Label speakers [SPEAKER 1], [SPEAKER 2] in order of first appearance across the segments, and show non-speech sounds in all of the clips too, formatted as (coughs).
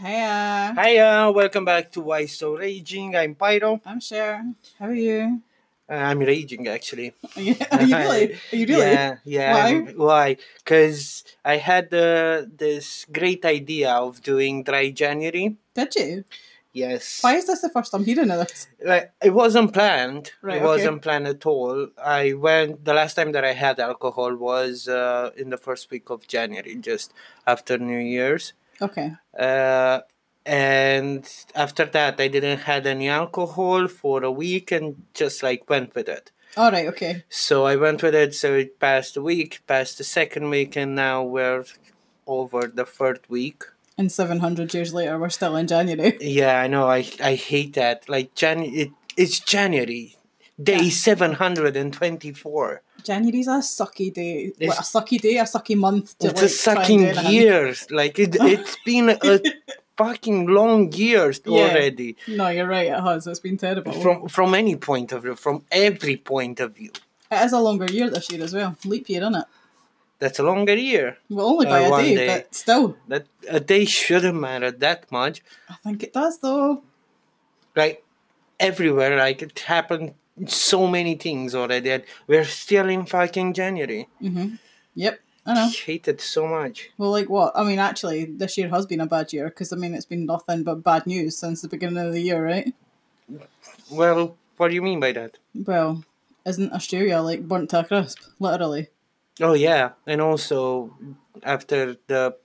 [SPEAKER 1] Hiya.
[SPEAKER 2] Hiya, uh, welcome back to Why So Raging. I'm Pyro.
[SPEAKER 1] I'm Cher. How are you?
[SPEAKER 2] Uh, I'm raging actually.
[SPEAKER 1] Yeah, are
[SPEAKER 2] (laughs)
[SPEAKER 1] you really? Are you really?
[SPEAKER 2] Yeah, yeah.
[SPEAKER 1] Why?
[SPEAKER 2] I'm- Why? Because I had uh, this great idea of doing Dry January.
[SPEAKER 1] Did you?
[SPEAKER 2] Yes.
[SPEAKER 1] Why is this the first time hearing of this?
[SPEAKER 2] Like, it wasn't planned.
[SPEAKER 1] Right,
[SPEAKER 2] it
[SPEAKER 1] okay.
[SPEAKER 2] wasn't planned at all. I went, the last time that I had alcohol was uh, in the first week of January, just after New Year's.
[SPEAKER 1] Okay.
[SPEAKER 2] Uh, and after that, I didn't had any alcohol for a week and just like went with it.
[SPEAKER 1] All right. Okay.
[SPEAKER 2] So I went with it. So it passed a week, passed the second week, and now we're over the third week.
[SPEAKER 1] And 700 years later, we're still in January.
[SPEAKER 2] Yeah, I know. I I hate that. Like Jan, it, it's January, day seven hundred and twenty four.
[SPEAKER 1] January's a sucky day. Like, a
[SPEAKER 2] It's-
[SPEAKER 1] sucky day, a sucky month. To,
[SPEAKER 2] It's a
[SPEAKER 1] like, try and do
[SPEAKER 2] sucking
[SPEAKER 1] anything.
[SPEAKER 2] year.
[SPEAKER 1] (laughs)
[SPEAKER 2] Like it, it's been a fucking long years
[SPEAKER 1] Yeah.
[SPEAKER 2] already.
[SPEAKER 1] No, you're right. It has. It's been terrible.
[SPEAKER 2] From from any point of view, from every point of view,
[SPEAKER 1] it is a longer year this year as well. Leap year, isn't it?
[SPEAKER 2] that's a longer year.
[SPEAKER 1] Well, only
[SPEAKER 2] Uh,
[SPEAKER 1] by a
[SPEAKER 2] one
[SPEAKER 1] day,
[SPEAKER 2] day.
[SPEAKER 1] but still.
[SPEAKER 2] That a day shouldn't matter that much.
[SPEAKER 1] I think it does, though.
[SPEAKER 2] like everywhere like it happened so many things already and we're still in fucking january
[SPEAKER 1] Yep. I know.
[SPEAKER 2] hate it so much
[SPEAKER 1] Well, like what? I mean, actually, this year has been a bad year because I mean, it's been nothing but bad news since the beginning of the year, right?
[SPEAKER 2] well what do you mean by that
[SPEAKER 1] Well, isn't Australia like burnt to a crisp, literally?
[SPEAKER 2] oh yeah and also after the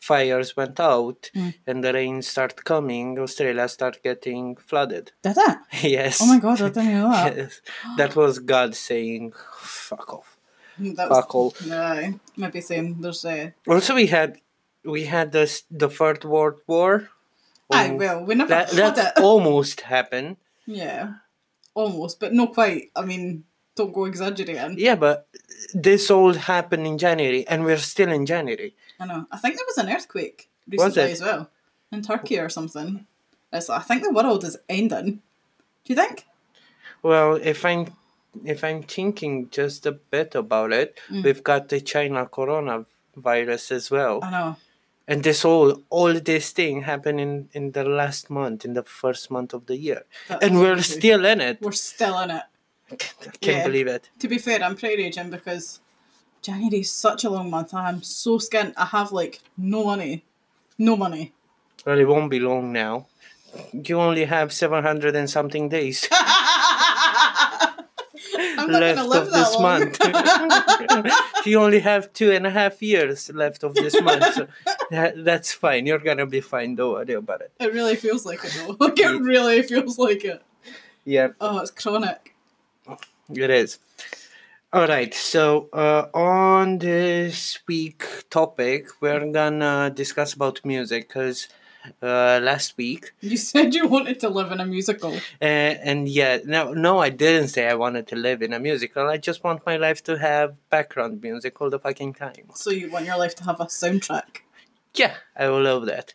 [SPEAKER 2] fires went out
[SPEAKER 1] Hmm.
[SPEAKER 2] and the rain start coming australia start getting flooded (laughs)
[SPEAKER 1] Did it?
[SPEAKER 2] yes
[SPEAKER 1] Oh my god, I didn't know that.
[SPEAKER 2] (laughs) yes that was god saying fuck off
[SPEAKER 1] that was,
[SPEAKER 2] fuck off
[SPEAKER 1] Aye. maybe saying there's uh,
[SPEAKER 2] also we had we had this the third world war
[SPEAKER 1] aye,
[SPEAKER 2] Um,
[SPEAKER 1] well, we never (laughs)
[SPEAKER 2] that,
[SPEAKER 1] had
[SPEAKER 2] that
[SPEAKER 1] it.
[SPEAKER 2] almost happened
[SPEAKER 1] yeah, almost, but not quite. I mean, don't go exaggerating.
[SPEAKER 2] Yeah, but this all happened in January, and we're still in January.
[SPEAKER 1] I know. I think there was an earthquake
[SPEAKER 2] Was
[SPEAKER 1] recently
[SPEAKER 2] it?
[SPEAKER 1] as well in Turkey or something. It's, I think the world is ending. Do you think?
[SPEAKER 2] Well, if I'm if I'm thinking just a bit about it,
[SPEAKER 1] Mm.
[SPEAKER 2] we've got the China coronavirus as well,
[SPEAKER 1] I know.
[SPEAKER 2] and this all all this thing happened in in the last month, in the first month of the year,
[SPEAKER 1] That's
[SPEAKER 2] and we're
[SPEAKER 1] crazy.
[SPEAKER 2] still in it.
[SPEAKER 1] We're still in it.
[SPEAKER 2] I can't
[SPEAKER 1] yeah.
[SPEAKER 2] believe it.
[SPEAKER 1] To be fair, I'm pretty raging because January is such a long month. I'm so skint. I have like no money. No money.
[SPEAKER 2] Well, it won't be long now. You only have seven hundred and something days (laughs)
[SPEAKER 1] I'm not going to
[SPEAKER 2] left
[SPEAKER 1] live
[SPEAKER 2] of
[SPEAKER 1] that
[SPEAKER 2] this
[SPEAKER 1] long.
[SPEAKER 2] month. (laughs) you only have two and a half years left of this month.
[SPEAKER 1] (laughs)
[SPEAKER 2] So that, that's fine. You're gonna be fine. Don't worry about it.
[SPEAKER 1] (laughs) it really feels like it though. (laughs) Like it really feels like it.
[SPEAKER 2] Yeah,
[SPEAKER 1] Oh, it's chronic.
[SPEAKER 2] it is. All right. So uh, on this week topic, we're gonna discuss about music because uh, last week
[SPEAKER 1] You said you wanted to live in a musical.
[SPEAKER 2] uh, and yeah, no, no, I didn't say I wanted to live in a musical. I just want my life to have background music all the fucking time.
[SPEAKER 1] So you want your life to have a soundtrack.
[SPEAKER 2] Yeah, I will love that.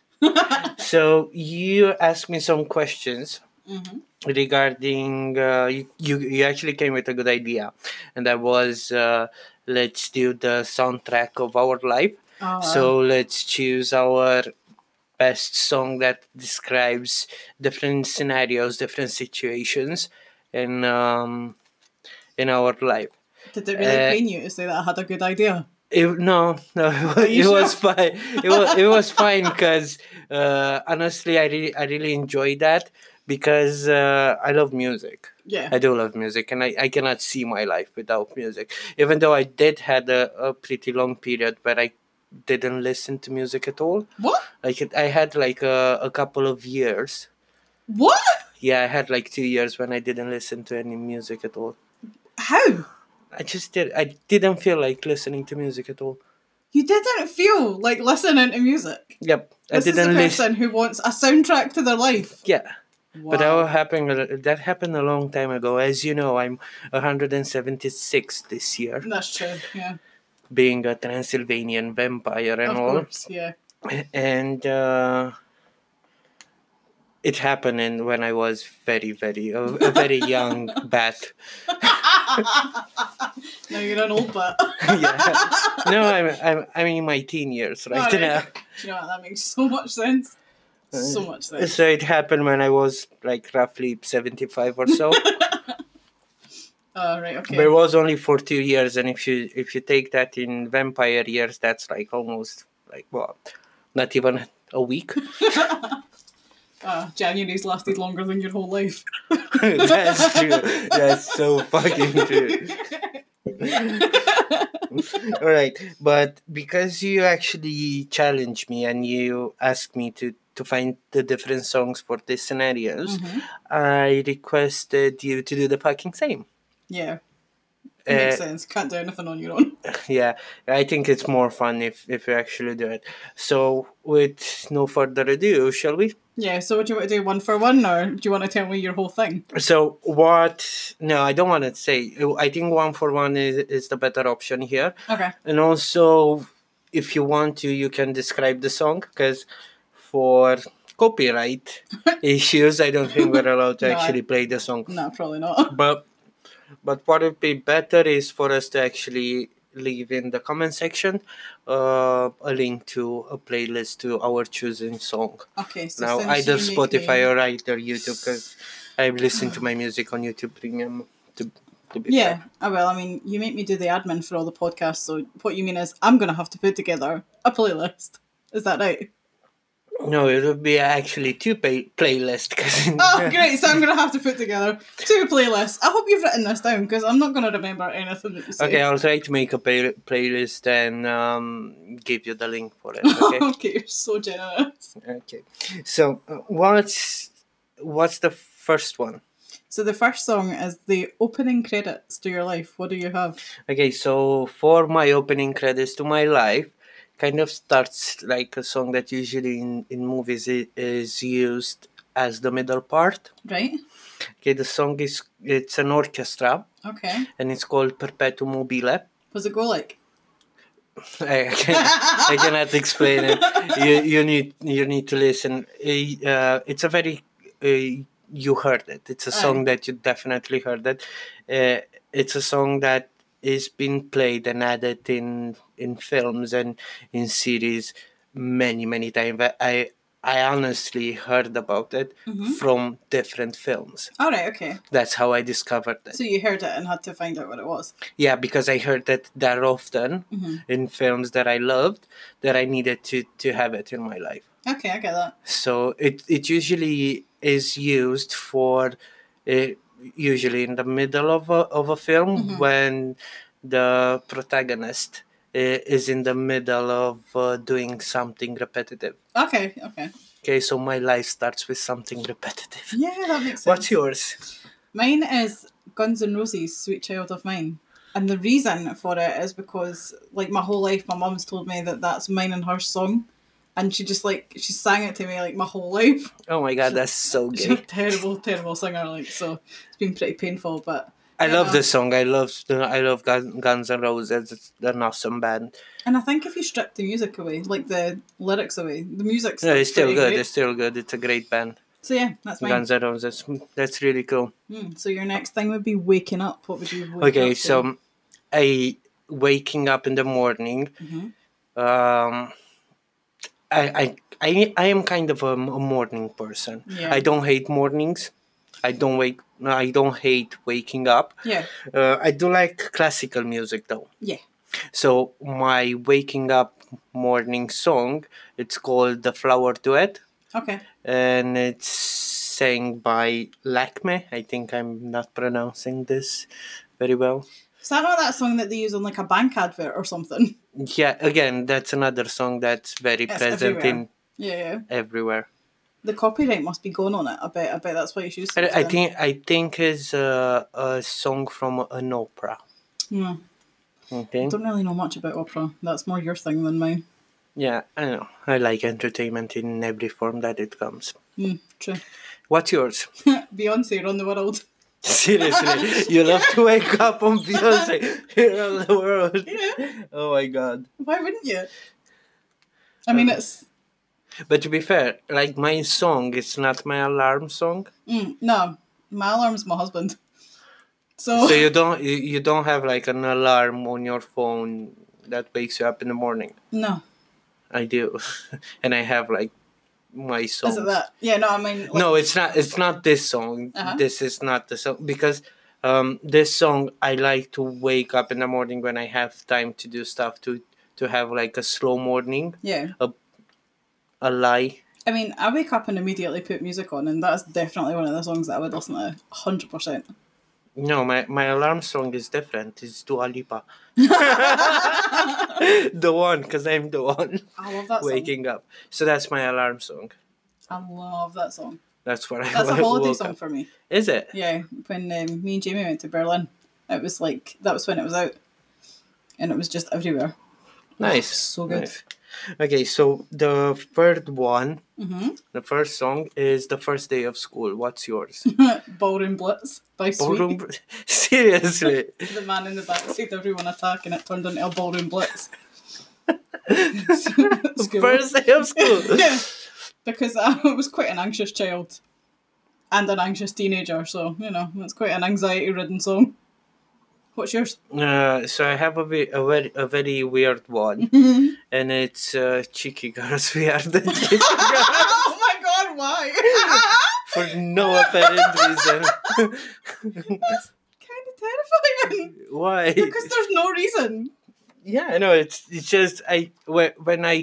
[SPEAKER 2] so you asked me some questions regarding. Uh, you, you you actually came with a good idea, and that was uh, let's do the soundtrack of our life.
[SPEAKER 1] Oh,
[SPEAKER 2] so let's choose our best song that describes different scenarios, different situations, in um, in our life.
[SPEAKER 1] Did it really
[SPEAKER 2] uh,
[SPEAKER 1] pain you to say that I had a good idea?
[SPEAKER 2] It, no, no, (laughs) it, wa-
[SPEAKER 1] you
[SPEAKER 2] it was
[SPEAKER 1] sure?
[SPEAKER 2] fine. It was it was fine because uh, honestly, I really I really enjoy that because uh, I love music.
[SPEAKER 1] Yeah.
[SPEAKER 2] I do love music, and I, I cannot see my life without music. Even though I did had a, a pretty long period where I didn't listen to music at all.
[SPEAKER 1] what?
[SPEAKER 2] Like it, I had like a, a couple of years.
[SPEAKER 1] What?
[SPEAKER 2] Yeah, I had like two years when I didn't listen to any music at all.
[SPEAKER 1] How?
[SPEAKER 2] I just did. I didn't feel like listening to music at all.
[SPEAKER 1] You didn't feel like listening to music.
[SPEAKER 2] Yep,
[SPEAKER 1] This
[SPEAKER 2] I didn't
[SPEAKER 1] is a
[SPEAKER 2] listen.
[SPEAKER 1] person who wants a soundtrack to their life.
[SPEAKER 2] Yeah. But that
[SPEAKER 1] Wow.
[SPEAKER 2] all happened. a- That happened a long time ago. As you know, I'm 176 this year,
[SPEAKER 1] That's true. Yeah,
[SPEAKER 2] being a Transylvanian vampire and
[SPEAKER 1] of
[SPEAKER 2] all.
[SPEAKER 1] course. Yeah.
[SPEAKER 2] (clears throat)
[SPEAKER 1] (laughs)
[SPEAKER 2] And uh, it happened in, when I was very, very a, a
[SPEAKER 1] (laughs)
[SPEAKER 2] very young bat. (laughs)
[SPEAKER 1] Now you're an old (laughs)
[SPEAKER 2] (laughs)
[SPEAKER 1] butt.
[SPEAKER 2] yeah. No, I'm, I'm I'm in my teen years right
[SPEAKER 1] Alright.
[SPEAKER 2] now.
[SPEAKER 1] Do you know what? That makes so much sense. so much sense.
[SPEAKER 2] So it happened when I was like roughly 75 or so.
[SPEAKER 1] Oh, right, okay.
[SPEAKER 2] But it was only for two years, and if you if you take that in vampire years, that's like almost like well, not even a week. (laughs)
[SPEAKER 1] Ah, January's lasted longer than your whole life.
[SPEAKER 2] that's true. That's so fucking true. (laughs) All right, but because you actually challenged me and you asked me to to find the different songs for these scenarios,
[SPEAKER 1] Mhm.
[SPEAKER 2] I requested you to do the fucking same.
[SPEAKER 1] Yeah,
[SPEAKER 2] Uh,
[SPEAKER 1] makes sense. Can't do anything on your own. (laughs)
[SPEAKER 2] yeah i think it's more fun if if you actually do it so with no further ado shall we
[SPEAKER 1] Yeah, so would you want to do one for one, or do you want to tell me your whole thing?
[SPEAKER 2] so what no i don't want to say i think one for one is, is the better option here
[SPEAKER 1] Okay.
[SPEAKER 2] and also if you want to you can describe the song because for
[SPEAKER 1] (laughs)
[SPEAKER 2] copyright issues i don't think we're allowed to
[SPEAKER 1] No, I-
[SPEAKER 2] actually play the song
[SPEAKER 1] No, probably not. (laughs)
[SPEAKER 2] but but what would be better is for us to actually leave in the comment section uh, a link to a playlist to our choosing song.
[SPEAKER 1] Okay, so
[SPEAKER 2] now
[SPEAKER 1] since
[SPEAKER 2] either
[SPEAKER 1] you make
[SPEAKER 2] Spotify
[SPEAKER 1] me-
[SPEAKER 2] or either YouTube because I listen to my music on YouTube Premium. To, to be
[SPEAKER 1] Yeah, I will. I mean, you make me do the admin for all the podcasts, so what you mean is I'm going to have to put together a playlist. Is that right?
[SPEAKER 2] fair. no, it would be actually two pay- playlist (laughs) because
[SPEAKER 1] Oh, great. So I'm going to have to put together two playlists. I hope you've written this down because I'm not going to remember anything that you say. (laughs)
[SPEAKER 2] okay, I'll try to make a play- playlist and um, give you the link for it.
[SPEAKER 1] (laughs)
[SPEAKER 2] Okay.
[SPEAKER 1] okay, you're so generous.
[SPEAKER 2] okay. So uh, what's what's the first one?
[SPEAKER 1] So the first song is the opening credits to your life. What do you have?
[SPEAKER 2] Okay, so for my opening credits to my life, kind of starts like a song that usually in, in movies i- is used as the middle part.
[SPEAKER 1] Right?
[SPEAKER 2] Okay, the song is it's an orchestra
[SPEAKER 1] Okay.
[SPEAKER 2] and it's called Perpetuum mobile.
[SPEAKER 1] Was it go like?
[SPEAKER 2] I, I can- I cannot explain it. You, you need you need to listen. Uh, it's a very uh, you heard it. It's a
[SPEAKER 1] Aye.
[SPEAKER 2] song that you definitely heard it. Uh, it's a song that is been played and added in in films and in series many many times. I I honestly heard about it
[SPEAKER 1] Mhm.
[SPEAKER 2] from different films.
[SPEAKER 1] All right, okay.
[SPEAKER 2] That's how I discovered it.
[SPEAKER 1] So you heard it and had to find out what it was.
[SPEAKER 2] Yeah, because I heard that that often
[SPEAKER 1] Mhm.
[SPEAKER 2] in films that I loved that I needed to to have it in my life.
[SPEAKER 1] Okay, I get that.
[SPEAKER 2] So it it usually is used for uh, usually in the middle of a of a film
[SPEAKER 1] Mhm.
[SPEAKER 2] when the protagonist uh, is in the middle of uh, doing something repetitive.
[SPEAKER 1] Okay, okay.
[SPEAKER 2] Okay, so my life starts with something
[SPEAKER 1] (laughs)
[SPEAKER 2] repetitive.
[SPEAKER 1] Yeah, that makes sense.
[SPEAKER 2] What's yours?
[SPEAKER 1] Mine is Guns N' Roses, Sweet Child of Mine. And the reason for it is because, like, my whole life, my mum's told me that that's mine and her song. And she just, like, she sang it to me, like, my whole life. (laughs)
[SPEAKER 2] Oh my god, that's so
[SPEAKER 1] She's a
[SPEAKER 2] good.
[SPEAKER 1] terrible, terrible singer, like, so it's been pretty painful. But,
[SPEAKER 2] I love
[SPEAKER 1] Yeah.
[SPEAKER 2] this song. I love I love Gun- Guns N' Roses. It's an awesome band.
[SPEAKER 1] and I think if you strip the music away, like, the lyrics away, the music's
[SPEAKER 2] No, it's still
[SPEAKER 1] pretty
[SPEAKER 2] good.
[SPEAKER 1] great.
[SPEAKER 2] It's still good. It's a great band.
[SPEAKER 1] So, yeah, that's mine.
[SPEAKER 2] Guns N' Roses. That's really cool.
[SPEAKER 1] Mm, so, your next thing would be Waking Up. What would you wake
[SPEAKER 2] okay
[SPEAKER 1] up to?
[SPEAKER 2] so i waking up in the morning
[SPEAKER 1] Mhm.
[SPEAKER 2] um i i i, I am kind of a, m- a morning person
[SPEAKER 1] Yeah.
[SPEAKER 2] i don't hate mornings i don't wake no, i don't hate waking up
[SPEAKER 1] Yeah,
[SPEAKER 2] uh, i do like classical music though
[SPEAKER 1] yeah.
[SPEAKER 2] so my waking up morning song it's called the flower duet
[SPEAKER 1] Okay.
[SPEAKER 2] and it's sang by lakme i think i'm not pronouncing this very well
[SPEAKER 1] Is that not that song that they use on like a bank advert or something? (laughs)
[SPEAKER 2] Yeah, again, that's another song that's very
[SPEAKER 1] It's
[SPEAKER 2] present in
[SPEAKER 1] Yeah, yeah.
[SPEAKER 2] everywhere.
[SPEAKER 1] The copyright must be gone on it. I bet. I bet that's why you should.
[SPEAKER 2] And I think I think is a, a song from an opera.
[SPEAKER 1] Yeah. I
[SPEAKER 2] Okay.
[SPEAKER 1] don't really know much about opera. That's more your thing than mine.
[SPEAKER 2] Yeah, I know. I like entertainment in every form that it comes.
[SPEAKER 1] Mm, true. (laughs)
[SPEAKER 2] What's yours?
[SPEAKER 1] Beyonce run the world. (laughs)
[SPEAKER 2] Seriously, you love to wake up on Beyonce here on the world.
[SPEAKER 1] Yeah.
[SPEAKER 2] Oh my god!
[SPEAKER 1] Why wouldn't you? I mean,
[SPEAKER 2] Um,
[SPEAKER 1] it's
[SPEAKER 2] But to be fair, like my song, it's not my alarm song.
[SPEAKER 1] mm, no. My alarm's my husband. So,
[SPEAKER 2] So you don't you you don't have like an alarm on your phone that wakes you up in the morning. (laughs)
[SPEAKER 1] no.
[SPEAKER 2] I do, and I have like my songs.
[SPEAKER 1] Is it that? Yeah, no, I mean. like-
[SPEAKER 2] No, it's not. It's not this song.
[SPEAKER 1] Uh-huh.
[SPEAKER 2] This is not the song because um, this song I like to wake up in the morning when I have time to do stuff to to have like a slow morning,
[SPEAKER 1] Yeah.
[SPEAKER 2] a lie.
[SPEAKER 1] I mean, I wake up and immediately put music on, and that's definitely one of the songs that I would listen to 100%.
[SPEAKER 2] No, my, my alarm song is different. It's Dua
[SPEAKER 1] (laughs)
[SPEAKER 2] Lipa. the one, because I'm
[SPEAKER 1] (laughs)
[SPEAKER 2] the one
[SPEAKER 1] I love that song.
[SPEAKER 2] waking up. So that's my alarm song.
[SPEAKER 1] I love that song.
[SPEAKER 2] (laughs) That's what I
[SPEAKER 1] That's a holiday
[SPEAKER 2] woke
[SPEAKER 1] song Oh,
[SPEAKER 2] up.
[SPEAKER 1] for me.
[SPEAKER 2] Is it?
[SPEAKER 1] Yeah, when um, me and Jamie went to Berlin, it was like, that was when it was out, and it was just everywhere.
[SPEAKER 2] Nice.
[SPEAKER 1] So good.
[SPEAKER 2] Nice. Okay, so the third one,
[SPEAKER 1] hmm
[SPEAKER 2] the first song is The First Day of School. What's
[SPEAKER 1] (laughs)
[SPEAKER 2] yours?
[SPEAKER 1] Ballroom Blitz by Sweet.
[SPEAKER 2] Ballroom. Br- (laughs) Seriously.
[SPEAKER 1] (laughs) The man in the back said everyone attack, and it turned into a ballroom blitz. (laughs) School.
[SPEAKER 2] (laughs) First Day of School.
[SPEAKER 1] (laughs) yeah, because (laughs) I was quite an anxious child and an anxious teenager, so you know it's quite an anxiety-ridden song. What's yours?
[SPEAKER 2] Uh, so I have a, ve- a very a very weird one, and it's uh, cheeky girls. We are the cheeky girls
[SPEAKER 1] oh my god, why? (laughs)
[SPEAKER 2] for no apparent reason.
[SPEAKER 1] That's kind of terrifying
[SPEAKER 2] (laughs) Why?
[SPEAKER 1] because there's no reason.
[SPEAKER 2] yeah, I know. It's it's just I whe- when I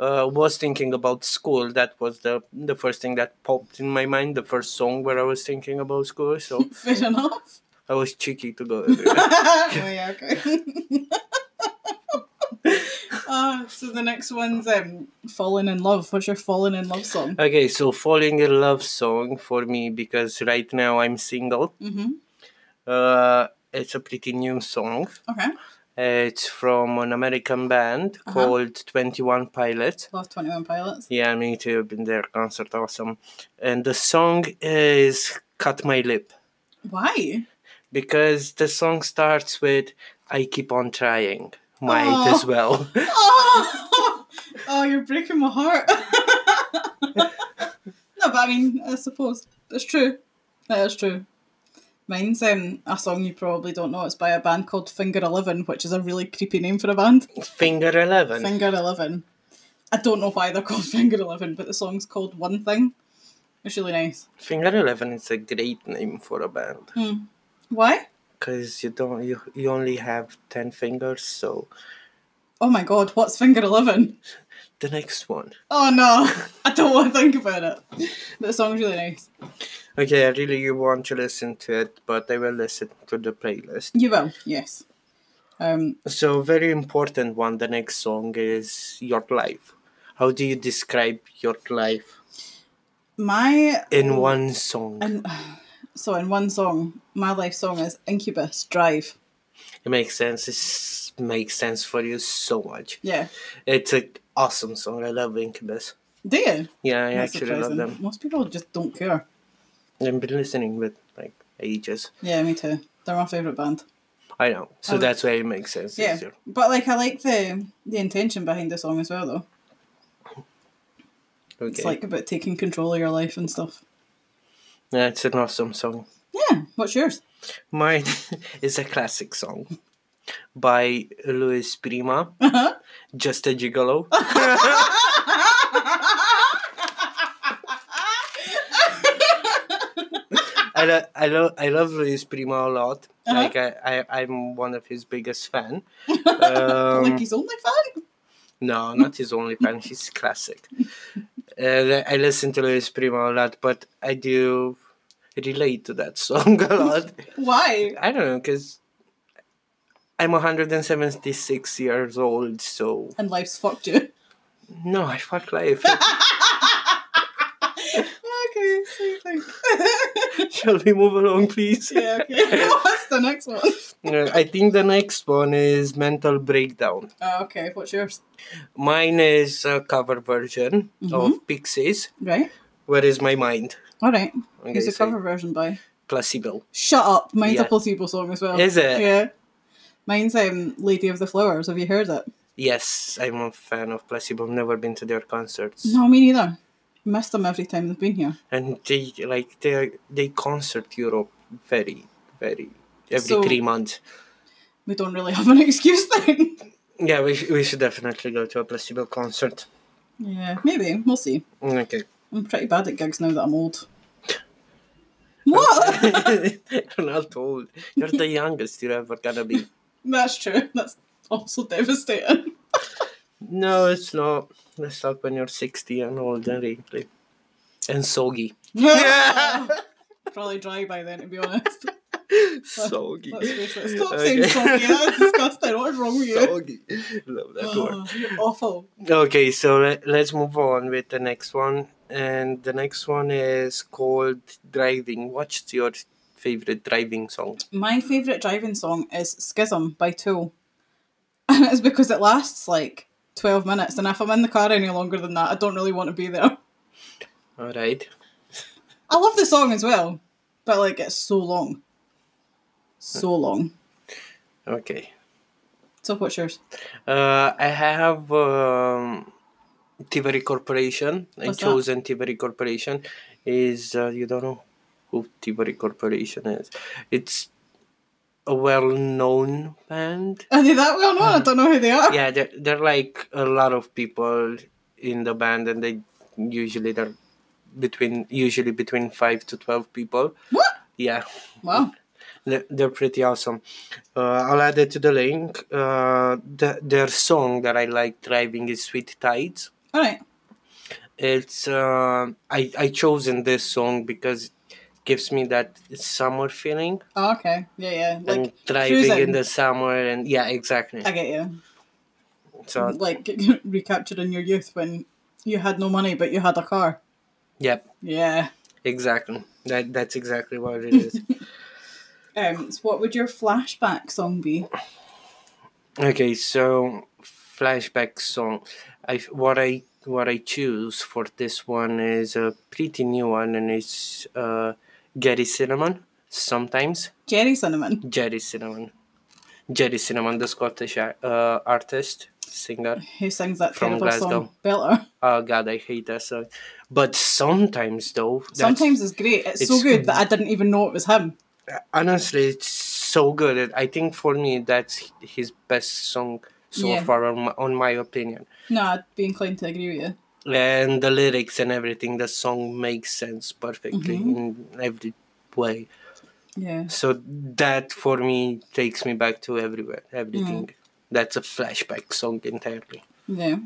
[SPEAKER 2] uh, was thinking about school, that was the the first thing that popped in my mind. The first song where I was thinking about school, so
[SPEAKER 1] Fair enough.
[SPEAKER 2] I was cheeky to go.
[SPEAKER 1] oh (laughs)
[SPEAKER 2] Everywhere.
[SPEAKER 1] yeah, okay. (laughs) Ah, so the next one's um, "Falling in Love." What's your "Falling in Love" song?
[SPEAKER 2] okay, so falling in love song for me because right now I'm single.
[SPEAKER 1] Mm-hmm.
[SPEAKER 2] Uh, it's a pretty new song.
[SPEAKER 1] Okay,
[SPEAKER 2] Uh, It's from an American band
[SPEAKER 1] Uh-huh.
[SPEAKER 2] called Twenty One Pilots.
[SPEAKER 1] love Twenty One Pilots.
[SPEAKER 2] Yeah, me too. I've been their concert, awesome. And the song is "Cut My Lip"
[SPEAKER 1] Why?
[SPEAKER 2] because the song starts with "I keep on trying." Might
[SPEAKER 1] Oh.
[SPEAKER 2] as well. (laughs)
[SPEAKER 1] Oh, (laughs) oh, you're breaking my heart. (laughs) no, but I mean, I suppose it's true. That is true. Mine's um, a song you probably don't know. It's by a band called Finger Eleven, which is a really creepy name for a band.
[SPEAKER 2] Finger eleven.
[SPEAKER 1] Finger Eleven. I don't know why they're called (laughs) Finger Eleven, but the song's called One Thing. It's really nice.
[SPEAKER 2] Finger eleven is a great name for a band
[SPEAKER 1] Why?
[SPEAKER 2] because you don't you, you only have ten fingers. So
[SPEAKER 1] Oh my god, what's Finger Eleven?
[SPEAKER 2] the next one.
[SPEAKER 1] Oh no, I don't want to think about it. But the song's really nice.
[SPEAKER 2] Okay, I really want to listen to it, but I will listen to the playlist.
[SPEAKER 1] You will, yes. Um,
[SPEAKER 2] So very important one. The next song is your life. How do you describe your life
[SPEAKER 1] my
[SPEAKER 2] in one song?
[SPEAKER 1] Oh. And so in one song, my life song is Incubus Drive.
[SPEAKER 2] It makes sense. It makes sense for you so much.
[SPEAKER 1] Yeah.
[SPEAKER 2] It's an awesome song. I love Incubus.
[SPEAKER 1] Do you?
[SPEAKER 2] Yeah, I
[SPEAKER 1] Not
[SPEAKER 2] actually love
[SPEAKER 1] surprising.
[SPEAKER 2] them.
[SPEAKER 1] Most people just don't care.
[SPEAKER 2] I've been listening with like ages.
[SPEAKER 1] Yeah, me too. They're my favourite band.
[SPEAKER 2] I know. So
[SPEAKER 1] Oh.
[SPEAKER 2] that's why it makes sense.
[SPEAKER 1] Yeah.
[SPEAKER 2] easier.
[SPEAKER 1] But like I like the the intention behind the song as well though.
[SPEAKER 2] Okay.
[SPEAKER 1] It's like about taking control of your life and stuff.
[SPEAKER 2] yeah, it's an awesome song.
[SPEAKER 1] Yeah. What's yours?
[SPEAKER 2] Mine (laughs) is a classic song by Luis Prima. Just a gigolo. I, lo- I, lo- I love Luis Prima a lot.
[SPEAKER 1] Uh-huh.
[SPEAKER 2] Like I, I, I'm one of his biggest fan.
[SPEAKER 1] (laughs) like
[SPEAKER 2] Um,
[SPEAKER 1] he's only fan?
[SPEAKER 2] no, not his only fan. He's classic. Uh, I listen to Luis Prima a lot, but I do relate to that song a lot.
[SPEAKER 1] Why?
[SPEAKER 2] I don't know because I'm 176 years old, so
[SPEAKER 1] And life's fucked you.
[SPEAKER 2] no, I
[SPEAKER 1] (laughs)
[SPEAKER 2] fuck life. (laughs)
[SPEAKER 1] okay, so you think.
[SPEAKER 2] Shall we move along, please?
[SPEAKER 1] (laughs) yeah,
[SPEAKER 2] (laughs)
[SPEAKER 1] okay. (laughs) What's the next one?
[SPEAKER 2] Uh, I think the next one is mental breakdown.
[SPEAKER 1] Oh, okay, what's yours?
[SPEAKER 2] Mine is a cover version
[SPEAKER 1] Mm-hmm.
[SPEAKER 2] of Pixies.
[SPEAKER 1] Right.
[SPEAKER 2] Where is my mind?
[SPEAKER 1] All right.
[SPEAKER 2] Okay,
[SPEAKER 1] Who's the
[SPEAKER 2] so
[SPEAKER 1] cover version by?
[SPEAKER 2] Placebo.
[SPEAKER 1] Shut up. Mine's
[SPEAKER 2] Yeah.
[SPEAKER 1] a placebo song as well.
[SPEAKER 2] Is it?
[SPEAKER 1] Yeah. Mine's um Lady of the Flowers. Have you heard it?
[SPEAKER 2] Yes, I'm a fan of Placebo. I've never been to their concerts,
[SPEAKER 1] No, me neither. Missed them every time they've been here.
[SPEAKER 2] and they like they they concert Europe very very every
[SPEAKER 1] So-
[SPEAKER 2] three months.
[SPEAKER 1] We don't really have an (laughs) excuse then. (laughs)
[SPEAKER 2] Yeah, we, sh- we should definitely go to a placebo concert.
[SPEAKER 1] Yeah, maybe. We'll see.
[SPEAKER 2] Okay. (laughs)
[SPEAKER 1] I'm pretty bad at gigs now that I'm old. What? (laughs)
[SPEAKER 2] You're not old. You're the youngest you're ever gonna be.
[SPEAKER 1] That's true. That's also devastating.
[SPEAKER 2] No, it's not. Let's talk when you're 60 and old and wrinkly. And soggy.
[SPEAKER 1] (laughs) Probably dry by then, to be honest.
[SPEAKER 2] soggy.
[SPEAKER 1] Let's face it. Stop saying
[SPEAKER 2] (laughs)
[SPEAKER 1] soggy. That's disgusting. What is wrong with you?
[SPEAKER 2] Soggy. Love that word.
[SPEAKER 1] Oh, you're awful.
[SPEAKER 2] Okay, so let, let's move on with the next one. And the next one is called Driving. What's your favorite driving song?
[SPEAKER 1] My favourite driving song is Schism by Tool. (laughs) And it's because it lasts like 12 minutes. And if I'm in the car any longer than that, I don't really want to be there.
[SPEAKER 2] All right.
[SPEAKER 1] I love the song as well, but like it's so long. So long.
[SPEAKER 2] Okay.
[SPEAKER 1] So what's yours?
[SPEAKER 2] Uh, I have um, Tibery Corporation.
[SPEAKER 1] What's
[SPEAKER 2] I
[SPEAKER 1] that?
[SPEAKER 2] chosen Tibery Corporation. Is uh, you don't know who Tibery Corporation is? It's a well-known band.
[SPEAKER 1] Are they that well known? I don't know who they are.
[SPEAKER 2] Yeah, they're, they're like a lot of people in the band, and they usually they're between usually between five to twelve people.
[SPEAKER 1] What?
[SPEAKER 2] Yeah.
[SPEAKER 1] Wow.
[SPEAKER 2] They're, they're pretty awesome. Uh, I'll add it to the link. Uh, the, their song that I like driving is "Sweet Tides."
[SPEAKER 1] All right.
[SPEAKER 2] It's uh, I I chosen this song because it gives me that summer feeling
[SPEAKER 1] Oh, okay. Yeah, yeah.
[SPEAKER 2] and
[SPEAKER 1] Like,
[SPEAKER 2] driving in
[SPEAKER 1] cruising.
[SPEAKER 2] the summer and yeah exactly.
[SPEAKER 1] I get you.
[SPEAKER 2] So
[SPEAKER 1] Like, (laughs) recapturing your youth when you had no money but you had a car.
[SPEAKER 2] yep,
[SPEAKER 1] Yeah.
[SPEAKER 2] exactly. That that's exactly what it is.
[SPEAKER 1] Um, so what would your flashback song be?
[SPEAKER 2] Okay, so flashback song. I what I what I choose for this one is a pretty new one, and it's uh, Jerry Cinnamon. Sometimes
[SPEAKER 1] Jerry Cinnamon.
[SPEAKER 2] Jerry Cinnamon, Jerry Cinnamon, the Scottish ar- uh, artist singer.
[SPEAKER 1] Who sings that
[SPEAKER 2] From
[SPEAKER 1] terrible song?
[SPEAKER 2] Glasgow.
[SPEAKER 1] Belter.
[SPEAKER 2] Oh God, I hate that song. But sometimes though, that's,
[SPEAKER 1] Sometimes it's great. It's, so
[SPEAKER 2] it's-
[SPEAKER 1] good that I didn't even know it was him.
[SPEAKER 2] honestly, it's so good. I think for me, that's his best song so
[SPEAKER 1] Yeah.
[SPEAKER 2] far, on my, on my opinion.
[SPEAKER 1] No, I'd be inclined to agree with you.
[SPEAKER 2] and the lyrics and everything the song makes sense perfectly
[SPEAKER 1] Mm-hmm.
[SPEAKER 2] in every way
[SPEAKER 1] Yeah.
[SPEAKER 2] so that for me takes me back to everywhere everything
[SPEAKER 1] Mm.
[SPEAKER 2] that's a flashback song entirely
[SPEAKER 1] Yeah.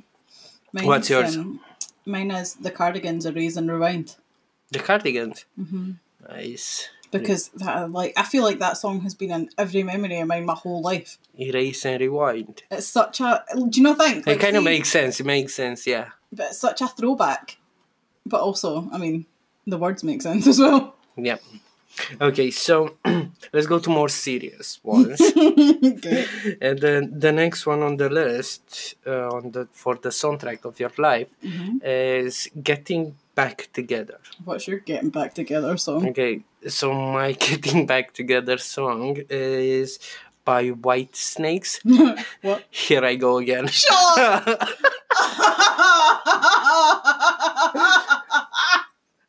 [SPEAKER 1] Mine's,
[SPEAKER 2] What's yours?
[SPEAKER 1] um, mine is The Cardigans, Erase and Rewind.
[SPEAKER 2] the cardigans
[SPEAKER 1] Mm-hmm.
[SPEAKER 2] nice
[SPEAKER 1] Because that, like I feel like that song has been in every memory of mine my whole life.
[SPEAKER 2] erase and rewind
[SPEAKER 1] It's such a do you know think?
[SPEAKER 2] it kind of
[SPEAKER 1] see,
[SPEAKER 2] makes sense it makes sense yeah
[SPEAKER 1] but it's such a throwback. But also, I mean, the words make sense (laughs) as well.
[SPEAKER 2] yeah okay so (clears throat) let's go to more serious ones
[SPEAKER 1] (laughs) okay.
[SPEAKER 2] and then the next one on the list uh, on the for the soundtrack of your life
[SPEAKER 1] Mm-hmm.
[SPEAKER 2] is getting back together
[SPEAKER 1] What's your getting back together song?
[SPEAKER 2] okay so my (laughs) getting back together song is by white snakes
[SPEAKER 1] (laughs) What? Oh,
[SPEAKER 2] here i go again
[SPEAKER 1] (laughs)
[SPEAKER 2] (laughs)
[SPEAKER 1] Shut up! (laughs)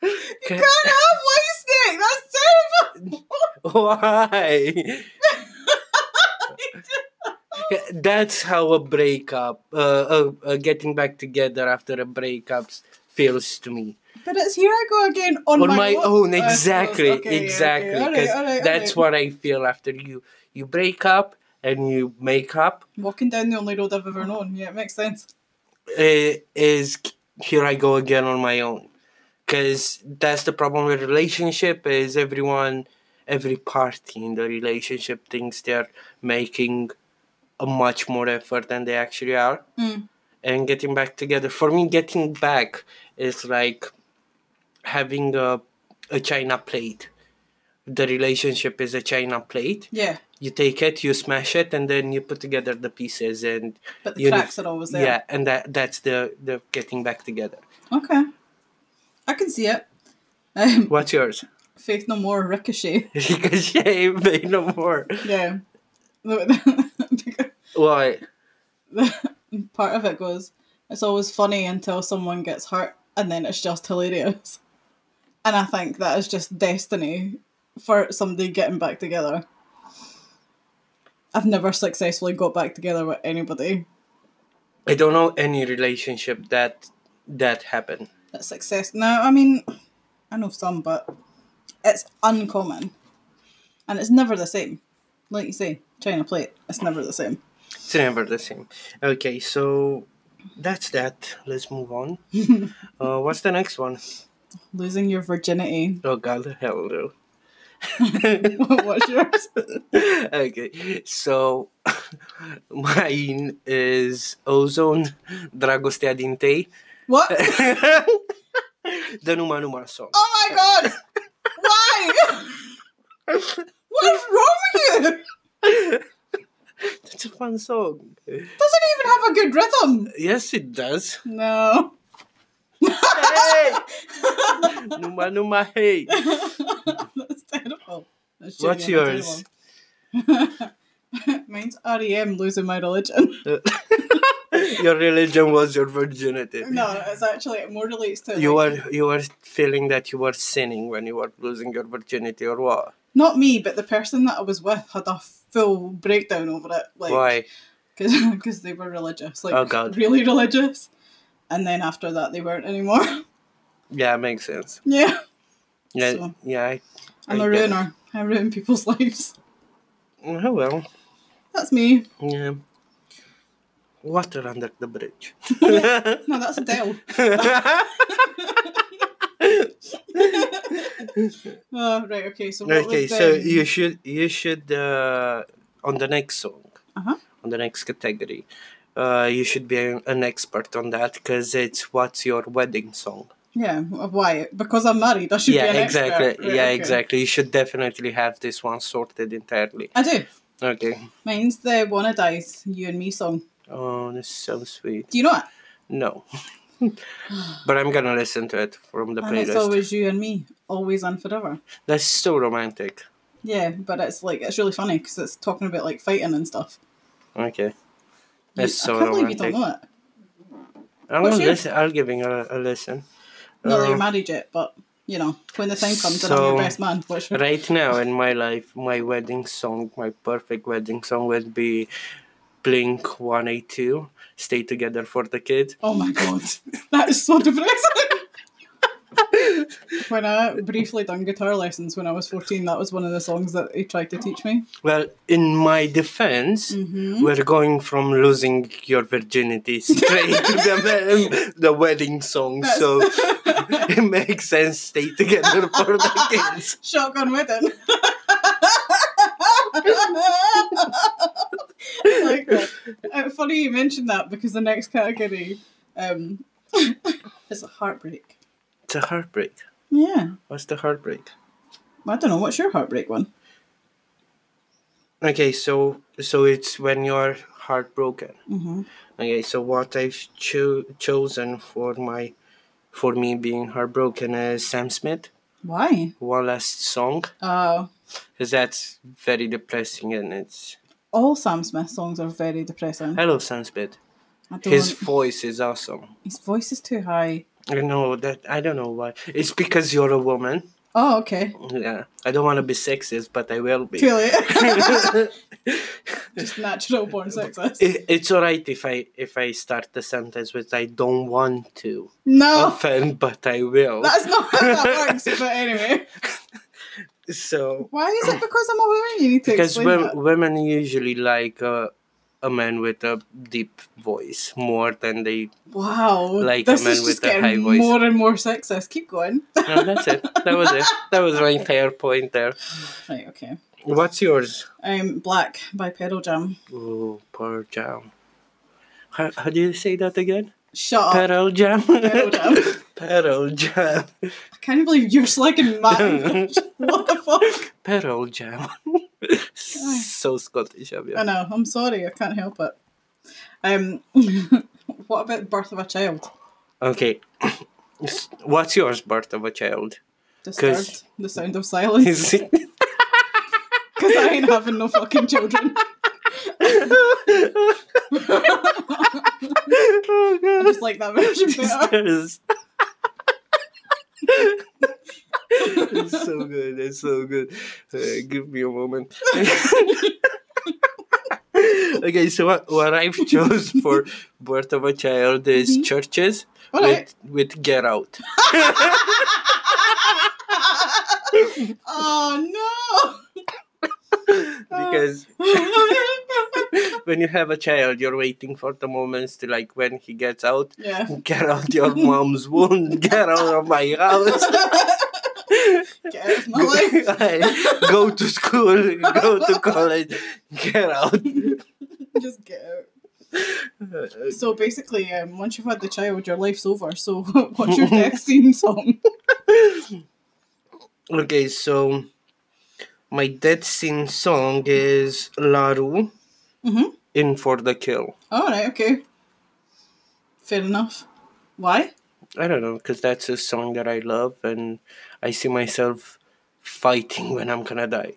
[SPEAKER 2] Okay.
[SPEAKER 1] Can't have white snake. That's terrible.
[SPEAKER 2] (laughs)
[SPEAKER 1] (laughs)
[SPEAKER 2] why that's how a breakup uh, uh, uh, getting back together after a breakup feels to me
[SPEAKER 1] But it's here I go again on,
[SPEAKER 2] on my, own,
[SPEAKER 1] I suppose.
[SPEAKER 2] exactly
[SPEAKER 1] (laughs) Okay, yeah, okay.
[SPEAKER 2] exactly
[SPEAKER 1] All right,
[SPEAKER 2] 'cause
[SPEAKER 1] all right, all
[SPEAKER 2] that's
[SPEAKER 1] right.
[SPEAKER 2] what i feel after you you break up and you make up
[SPEAKER 1] walking down the only road I've ever known. Yeah, it makes sense.
[SPEAKER 2] uh, is here i go again on my own because that's the problem with relationship is everyone every party in the relationship thinks they're making a much more effort than they actually are
[SPEAKER 1] Mm.
[SPEAKER 2] and getting back together for me getting back is like having a, a china plate the relationship is a china plate
[SPEAKER 1] Yeah,
[SPEAKER 2] you take it you smash it and then you put together the pieces and
[SPEAKER 1] but the
[SPEAKER 2] you-
[SPEAKER 1] cracks are always there.
[SPEAKER 2] yeah and that that's the the getting back together
[SPEAKER 1] Okay, I can see it. (laughs) Um,
[SPEAKER 2] what's yours (laughs)
[SPEAKER 1] Faith No More, Ricochet.
[SPEAKER 2] ricochet Bay no more
[SPEAKER 1] Yeah.
[SPEAKER 2] why
[SPEAKER 1] Part of it goes, it's always funny until someone gets hurt and then it's just hilarious. And I think that is just destiny for somebody getting back together. I've never successfully got back together with anybody.
[SPEAKER 2] i don't know any relationship that that happen?
[SPEAKER 1] that success. No, I mean, I know some, but it's uncommon, and it's never the same. Like you say, China plate, it's never the same.
[SPEAKER 2] It's never the same. Okay, so that's that. Let's move on. uh, what's the next one?
[SPEAKER 1] Losing your virginity. (laughs)
[SPEAKER 2] Oh God, hell no.
[SPEAKER 1] What's yours?
[SPEAKER 2] okay, so (laughs) mine is ozone dragostea din (laughs) tei.
[SPEAKER 1] What?
[SPEAKER 2] Danuma Numa song.
[SPEAKER 1] Oh my god! Why? What is wrong with you?
[SPEAKER 2] That's a fun song.
[SPEAKER 1] Doesn't even have a good rhythm.
[SPEAKER 2] Yes, it does.
[SPEAKER 1] No.
[SPEAKER 2] (laughs)
[SPEAKER 1] (laughs)
[SPEAKER 2] Hey! (laughs) Numa Numa Hey.
[SPEAKER 1] That's terrible. That's genuinely
[SPEAKER 2] What's yours?
[SPEAKER 1] terrible. (laughs) Mine's REM losing my religion.
[SPEAKER 2] (laughs)
[SPEAKER 1] (laughs)
[SPEAKER 2] your religion was your virginity.
[SPEAKER 1] No, it's actually it more relates to
[SPEAKER 2] You
[SPEAKER 1] like-
[SPEAKER 2] were you were feeling that you were sinning when you were losing your virginity or what?
[SPEAKER 1] not me, but the person that I was with had a full breakdown over it. Like,
[SPEAKER 2] Why?
[SPEAKER 1] (laughs) Because they were religious, like
[SPEAKER 2] Oh, God.
[SPEAKER 1] really religious, and then after that they weren't anymore. (laughs)
[SPEAKER 2] Yeah, makes sense.
[SPEAKER 1] yeah,
[SPEAKER 2] Yeah,
[SPEAKER 1] So-
[SPEAKER 2] yeah. I,
[SPEAKER 1] I'm a
[SPEAKER 2] I get it.
[SPEAKER 1] ruiner. I ruin people's (laughs) lives.
[SPEAKER 2] Oh well.
[SPEAKER 1] That's me.
[SPEAKER 2] Yeah. Water under the bridge.
[SPEAKER 1] (laughs)
[SPEAKER 2] (laughs)
[SPEAKER 1] No, that's Adele. (laughs) oh, right. Okay. So what
[SPEAKER 2] okay,
[SPEAKER 1] was,
[SPEAKER 2] so
[SPEAKER 1] um,
[SPEAKER 2] you should you should uh, on the next song,
[SPEAKER 1] Uh-huh.
[SPEAKER 2] on the next category, uh, you should be an, an expert on that because it's what's your wedding song.
[SPEAKER 1] yeah. wh- Why? Because I'm married. I should
[SPEAKER 2] yeah,
[SPEAKER 1] be an
[SPEAKER 2] exactly.
[SPEAKER 1] expert. Right,
[SPEAKER 2] yeah,
[SPEAKER 1] okay.
[SPEAKER 2] exactly. You should definitely have this one sorted entirely.
[SPEAKER 1] I do.
[SPEAKER 2] Okay.
[SPEAKER 1] Mine's the "Wanna Dies" you and me song.
[SPEAKER 2] Oh, this is so sweet.
[SPEAKER 1] Do you know it?
[SPEAKER 2] No. (laughs) but I'm gonna listen to it from the
[SPEAKER 1] And it's
[SPEAKER 2] playlist.
[SPEAKER 1] always you and me, always and forever.
[SPEAKER 2] That's so romantic.
[SPEAKER 1] Yeah, but it's like it's really funny because it's talking about like fighting and stuff.
[SPEAKER 2] Okay.
[SPEAKER 1] You-
[SPEAKER 2] That's so
[SPEAKER 1] I can't believe you
[SPEAKER 2] romantic.
[SPEAKER 1] don't know it.
[SPEAKER 2] I'll
[SPEAKER 1] What's yours?
[SPEAKER 2] listen. I'll give it a, a listen.
[SPEAKER 1] Not that
[SPEAKER 2] Uh,
[SPEAKER 1] you're married yet, but you know when the time comes and I'm
[SPEAKER 2] so-
[SPEAKER 1] your best man, which
[SPEAKER 2] right now in my life, my wedding song, my perfect wedding song would be Blink 182, Stay Together for the Kid.
[SPEAKER 1] oh my god, (laughs) that is so depressing. (laughs) when I briefly done guitar lessons when I was fourteen, that was one of the songs that he tried to teach me.
[SPEAKER 2] Well, in my defense, we're going from losing your virginity (laughs) straight to the, the wedding song, so (laughs) it makes sense. Stay together for the kids.
[SPEAKER 1] Shotgun wedding. (laughs) like that. Uh, funny you mentioned that because the next category um, (laughs) is a heartbreak.
[SPEAKER 2] It's a heartbreak.
[SPEAKER 1] Yeah.
[SPEAKER 2] What's the heartbreak?
[SPEAKER 1] I don't know. What's your heartbreak one?
[SPEAKER 2] Okay, so so it's when you're heartbroken.
[SPEAKER 1] Mm-hmm.
[SPEAKER 2] Okay, so what I've cho- chosen for my for me being heartbroken is Sam Smith.
[SPEAKER 1] Why?
[SPEAKER 2] One last song,
[SPEAKER 1] Uh,
[SPEAKER 2] because that's very depressing and it's
[SPEAKER 1] all Sam Smith songs are very depressing.
[SPEAKER 2] I love Sam Smith.
[SPEAKER 1] I don't,
[SPEAKER 2] His
[SPEAKER 1] his,
[SPEAKER 2] voice is awesome.
[SPEAKER 1] his voice is too high.
[SPEAKER 2] I know that I don't know why. It's because you're a woman.
[SPEAKER 1] Oh, okay.
[SPEAKER 2] Yeah, I don't want to be sexist, but I will be. (laughs)
[SPEAKER 1] Too (laughs) late.
[SPEAKER 2] it,
[SPEAKER 1] Just natural born sexist.
[SPEAKER 2] it's alright if I if I start the sentence with I don't want to
[SPEAKER 1] No,
[SPEAKER 2] offend, but I
[SPEAKER 1] Oh.
[SPEAKER 2] will.
[SPEAKER 1] that's not how that works. But anyway,
[SPEAKER 2] so
[SPEAKER 1] why is it because I'm a woman? You need to
[SPEAKER 2] because
[SPEAKER 1] explain
[SPEAKER 2] wom-
[SPEAKER 1] that.
[SPEAKER 2] women usually like a, a man with a deep voice more than they
[SPEAKER 1] Wow,
[SPEAKER 2] like a
[SPEAKER 1] this
[SPEAKER 2] man
[SPEAKER 1] is
[SPEAKER 2] with
[SPEAKER 1] just
[SPEAKER 2] a high
[SPEAKER 1] getting
[SPEAKER 2] voice.
[SPEAKER 1] more and more sexist. Keep going. (laughs)
[SPEAKER 2] no that's it that was it that was my entire point there
[SPEAKER 1] Right, okay.
[SPEAKER 2] what's yours
[SPEAKER 1] Um, Black by Pearl Jam.
[SPEAKER 2] oh pearl jam how, how do you say that again
[SPEAKER 1] Shut up.
[SPEAKER 2] pearl jam
[SPEAKER 1] Uh, Pearl Jam.
[SPEAKER 2] (laughs) pearl jam
[SPEAKER 1] I can't believe you're slacking
[SPEAKER 2] (laughs)
[SPEAKER 1] mine. what the fuck?
[SPEAKER 2] pearl jam so scottish of you
[SPEAKER 1] I know. I'm sorry. I can't help it. Um, (laughs) what about Birth of a Child?
[SPEAKER 2] okay (coughs) what's yours birth of a
[SPEAKER 1] (laughs)
[SPEAKER 2] child (laughs)
[SPEAKER 1] Disturbed.
[SPEAKER 2] 'Cause-
[SPEAKER 1] The sound of silence.
[SPEAKER 2] is it
[SPEAKER 1] Because I ain't having no fucking
[SPEAKER 2] (laughs)
[SPEAKER 1] children.
[SPEAKER 2] oh
[SPEAKER 1] I
[SPEAKER 2] god
[SPEAKER 1] just like that version better.
[SPEAKER 2] Sisters. it's so good. It's so good. Uh, give me a moment. okay, so what, what I've chose for birth of a child is
[SPEAKER 1] Mhm.
[SPEAKER 2] churches
[SPEAKER 1] All right.
[SPEAKER 2] with with Get Out.
[SPEAKER 1] oh Uh.
[SPEAKER 2] because
[SPEAKER 1] no.
[SPEAKER 2] when you have a child, you're waiting for the moments to like when he gets out.
[SPEAKER 1] (laughs) yeah.
[SPEAKER 2] Get out your mom's womb. Get out of my house.
[SPEAKER 1] Get out of
[SPEAKER 2] (laughs)
[SPEAKER 1] my life.
[SPEAKER 2] go to school. (laughs) Go to college. Get out.
[SPEAKER 1] Just get out. So basically, um, once you've had the child, your life's over. So (laughs) what's your death scene song?
[SPEAKER 2] Okay, so my dead sin song is Laru
[SPEAKER 1] Mhm.
[SPEAKER 2] in for the kill.
[SPEAKER 1] All right. Okay. Fair enough. Why?
[SPEAKER 2] I don't know because that's a song that I love and I see myself fighting when I'm gonna die.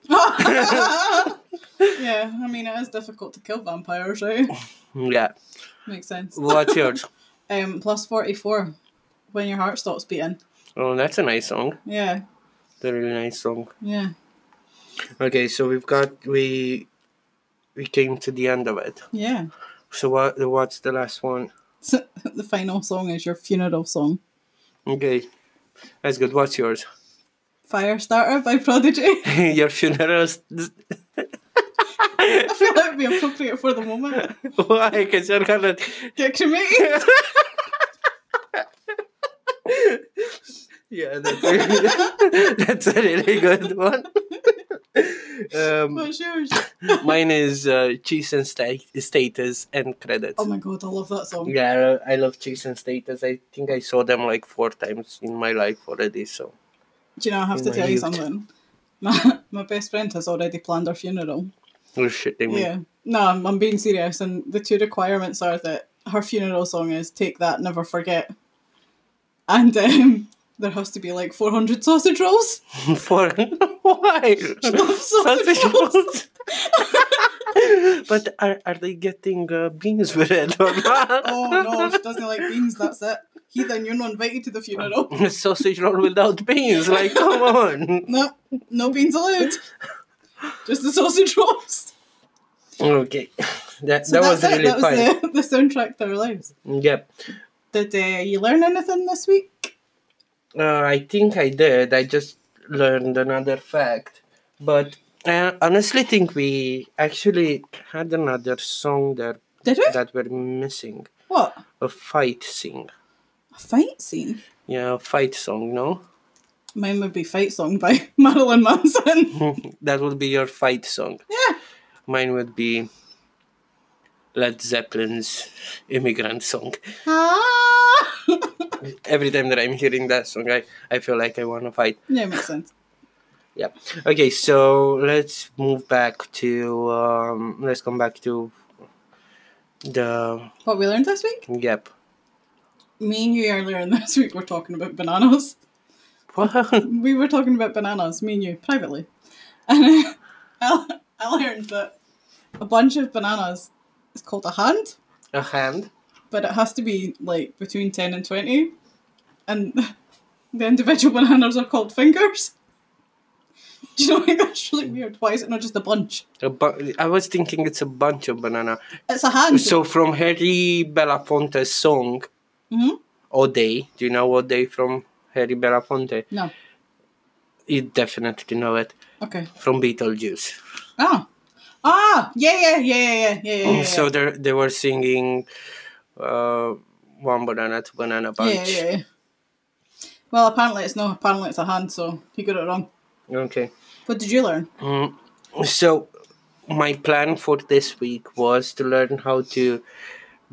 [SPEAKER 1] yeah, I mean it is difficult to kill vampires, right?
[SPEAKER 2] Yeah.
[SPEAKER 1] Makes sense.
[SPEAKER 2] What's yours? (laughs)
[SPEAKER 1] Um, plus forty four, when your heart stops beating.
[SPEAKER 2] Oh, that's a nice song.
[SPEAKER 1] Yeah,
[SPEAKER 2] That's a really nice song.
[SPEAKER 1] yeah,
[SPEAKER 2] Okay, so we've got we we came to the end of it.
[SPEAKER 1] yeah. (laughs)
[SPEAKER 2] So what what's the last one?
[SPEAKER 1] So, the final song is your funeral song,
[SPEAKER 2] Okay, that's good. What's yours? (laughs)
[SPEAKER 1] Firestarter by Prodigy. (laughs)
[SPEAKER 2] Your funeral. s- (laughs)
[SPEAKER 1] I feel that would be appropriate for the moment.
[SPEAKER 2] Why? Because you're gonna. (laughs)
[SPEAKER 1] Get cremated.
[SPEAKER 2] Yeah, that's (laughs) a, that's a really good one. (laughs) Um,
[SPEAKER 1] What's yours?
[SPEAKER 2] mine is uh, cheese and sta- status and credits.
[SPEAKER 1] Oh my god, I love that song.
[SPEAKER 2] yeah, I love cheese and status. I think I saw them like four times in my life already. So
[SPEAKER 1] Do you know I have to
[SPEAKER 2] My
[SPEAKER 1] tell you
[SPEAKER 2] youth.
[SPEAKER 1] something? (laughs) My my best friend has already planned her funeral.
[SPEAKER 2] oh shit, they mean.
[SPEAKER 1] Yeah. No, I'm, I'm being serious. And the two requirements are that her funeral song is Take That, Never Forget. And um, there has to be like 400 sausage rolls. (laughs)
[SPEAKER 2] (laughs) for (laughs) why (laughs) sausage rolls. (laughs) but are, are they getting uh, beans with it or not?
[SPEAKER 1] (laughs) Oh no, she doesn't like beans, that's it. Heathen, you're not invited to the funeral.
[SPEAKER 2] (laughs) sausage roll without beans. Like, come on.
[SPEAKER 1] No, no beans allowed. Just the sausage rolls.
[SPEAKER 2] Okay, that
[SPEAKER 1] So
[SPEAKER 2] (laughs) that
[SPEAKER 1] that's
[SPEAKER 2] was
[SPEAKER 1] it. (laughs)
[SPEAKER 2] really
[SPEAKER 1] that
[SPEAKER 2] fun.
[SPEAKER 1] was the, the soundtrack to our lives.
[SPEAKER 2] Yep.
[SPEAKER 1] Did uh, you learn anything this week?
[SPEAKER 2] Uh, I think I did. I just learned another fact, but I honestly think we actually had another song there
[SPEAKER 1] Did we?
[SPEAKER 2] that we're missing.
[SPEAKER 1] What?
[SPEAKER 2] A fight sing.
[SPEAKER 1] A fight scene?
[SPEAKER 2] Yeah, a fight song. No, (laughs)
[SPEAKER 1] Mine would be Fight Song by (laughs) Marilyn Manson. (laughs)
[SPEAKER 2] that would be your fight song.
[SPEAKER 1] Yeah.
[SPEAKER 2] Mine would be Led Zeppelin's "Immigrant Song."
[SPEAKER 1] Ah! (laughs)
[SPEAKER 2] Every time that I'm hearing that song, I I feel like I want to fight.
[SPEAKER 1] yeah, makes sense.
[SPEAKER 2] Yeah. Okay, so let's move back to um let's come back to the
[SPEAKER 1] What we learned this week?
[SPEAKER 2] yep. (laughs)
[SPEAKER 1] Me and you earlier in this week were talking about bananas.
[SPEAKER 2] What?
[SPEAKER 1] We were talking about bananas, me and you, privately. (laughs) And uh, I, I learned that a bunch of bananas is called a hand,
[SPEAKER 2] A hand?
[SPEAKER 1] but it has to be like between 10 and 20. And (laughs) the individual bananas are called fingers. (laughs) Do you know what I mean? That's really weird. Why is it not just a bunch?
[SPEAKER 2] A bu- I was thinking it's a bunch of banana.
[SPEAKER 1] It's a hand.
[SPEAKER 2] So from Harry Belafonte's song
[SPEAKER 1] Mhm.
[SPEAKER 2] O'Day, do you know O'Day from Harry Belafonte?
[SPEAKER 1] no.
[SPEAKER 2] You definitely know it.
[SPEAKER 1] Okay.
[SPEAKER 2] From Beetlejuice.
[SPEAKER 1] Ah. Ah! Yeah, yeah, yeah, yeah, yeah, yeah, yeah. yeah.
[SPEAKER 2] Oh, So they they were singing uh, one banana to banana bunch.
[SPEAKER 1] Yeah, yeah, yeah. Well, apparently it's not. Apparently it's a hand, so he got it wrong.
[SPEAKER 2] Okay.
[SPEAKER 1] What did you learn?
[SPEAKER 2] Mm, so my plan for this week was to learn how to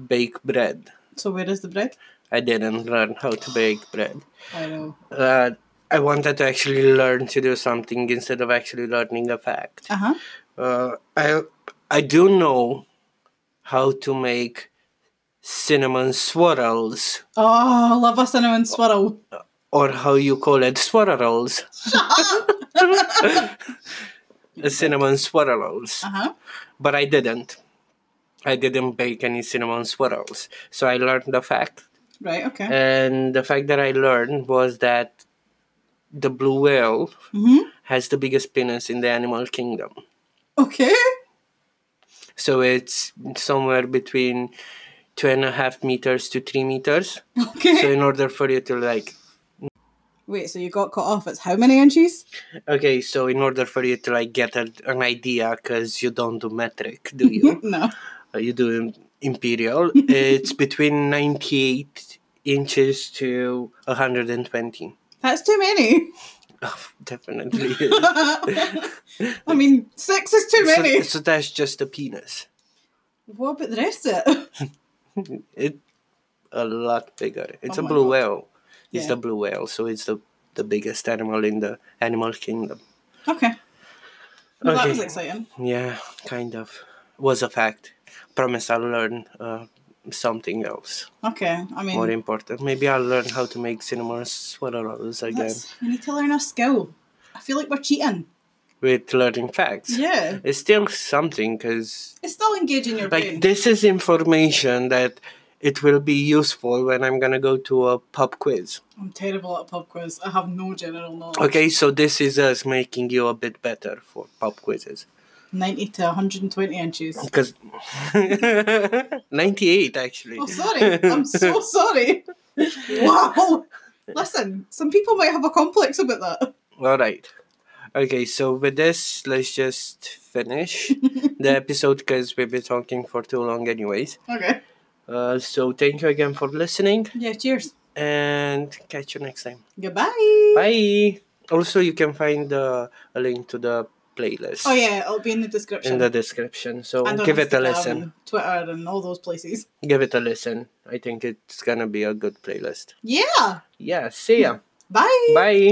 [SPEAKER 2] bake bread.
[SPEAKER 1] So where is the bread?
[SPEAKER 2] I didn't learn how to bake bread.
[SPEAKER 1] I know.
[SPEAKER 2] Uh, I wanted to actually learn to do something instead of actually learning a fact.
[SPEAKER 1] Uh huh.
[SPEAKER 2] Uh, I I do know how to make cinnamon swirls
[SPEAKER 1] Oh, I love a cinnamon swirl.
[SPEAKER 2] or how you call it swirls. cinnamon swirls.
[SPEAKER 1] Uh huh.
[SPEAKER 2] but I didn't. I didn't bake any cinnamon swirls. So I learned the fact.
[SPEAKER 1] Right.
[SPEAKER 2] Uh,
[SPEAKER 1] Okay.
[SPEAKER 2] And the fact that I learned was that the blue whale
[SPEAKER 1] Mhm.
[SPEAKER 2] has the biggest penis in the animal kingdom.
[SPEAKER 1] Okay.
[SPEAKER 2] So it's somewhere between two and a half meters to three meters.
[SPEAKER 1] (laughs) Okay.
[SPEAKER 2] So in order for you to like,
[SPEAKER 1] Wait, so you got cut off. It's how many inches?
[SPEAKER 2] okay, so in order for you to like get a, an idea, because you don't do metric, do you?
[SPEAKER 1] no.
[SPEAKER 2] Uh, you do im-
[SPEAKER 1] (laughs)
[SPEAKER 2] imperial.
[SPEAKER 1] Mm-hmm.
[SPEAKER 2] it's between ninety-eight inches to hundred and twenty. (laughs) Oh,
[SPEAKER 1] That's too many. (laughs)
[SPEAKER 2] Definitely. is.
[SPEAKER 1] I mean, six is too
[SPEAKER 2] so,
[SPEAKER 1] many.
[SPEAKER 2] so that's just a penis.
[SPEAKER 1] What about the rest of it? (laughs)
[SPEAKER 2] It a lot bigger. It's
[SPEAKER 1] Oh
[SPEAKER 2] a
[SPEAKER 1] my
[SPEAKER 2] blue
[SPEAKER 1] God.
[SPEAKER 2] whale. It's
[SPEAKER 1] Yeah.
[SPEAKER 2] the blue whale, so it's the the biggest animal in the animal kingdom.
[SPEAKER 1] Okay. Well, That
[SPEAKER 2] Okay.
[SPEAKER 1] was exciting.
[SPEAKER 2] Yeah, kind of. Was a fact. Promise I'll learn uh, something else
[SPEAKER 1] Okay. I mean,
[SPEAKER 2] more important. Maybe I'll learn how to make cinnamon sweater rolls again
[SPEAKER 1] that's, we need to learn a skill. I feel like we're cheating.
[SPEAKER 2] with learning facts.
[SPEAKER 1] Yeah.
[SPEAKER 2] It's still something because
[SPEAKER 1] It's still engaging your brain.
[SPEAKER 2] like this is information that it will be useful when I'm gonna go to a pub quiz.
[SPEAKER 1] I'm terrible at pub quiz. I have no general knowledge.
[SPEAKER 2] Okay, so this is us making you a bit better for pub quizzes
[SPEAKER 1] 90 to 120 inches.
[SPEAKER 2] (laughs) because 98 actually.
[SPEAKER 1] Oh, sorry. I'm so sorry. Wow. Listen, some people might have a complex about that.
[SPEAKER 2] (laughs) All right. Okay, so with this, let's just
[SPEAKER 1] (laughs)
[SPEAKER 2] finish the episode because we've been talking for too long, anyways.
[SPEAKER 1] Okay.
[SPEAKER 2] Uh, so thank you again for listening
[SPEAKER 1] Yeah, cheers.
[SPEAKER 2] and catch you next time.
[SPEAKER 1] Goodbye.
[SPEAKER 2] Bye. Also, you can find uh, a link to the playlist
[SPEAKER 1] Oh, yeah, it'll be in the
[SPEAKER 2] in
[SPEAKER 1] description.
[SPEAKER 2] the description. So
[SPEAKER 1] And on
[SPEAKER 2] give it a
[SPEAKER 1] Instagram
[SPEAKER 2] listen.
[SPEAKER 1] and Twitter and all those places.
[SPEAKER 2] Give it a listen. I think it's gonna be a good playlist.
[SPEAKER 1] Yeah. (laughs)
[SPEAKER 2] Yeah. See ya.
[SPEAKER 1] Bye.
[SPEAKER 2] Bye.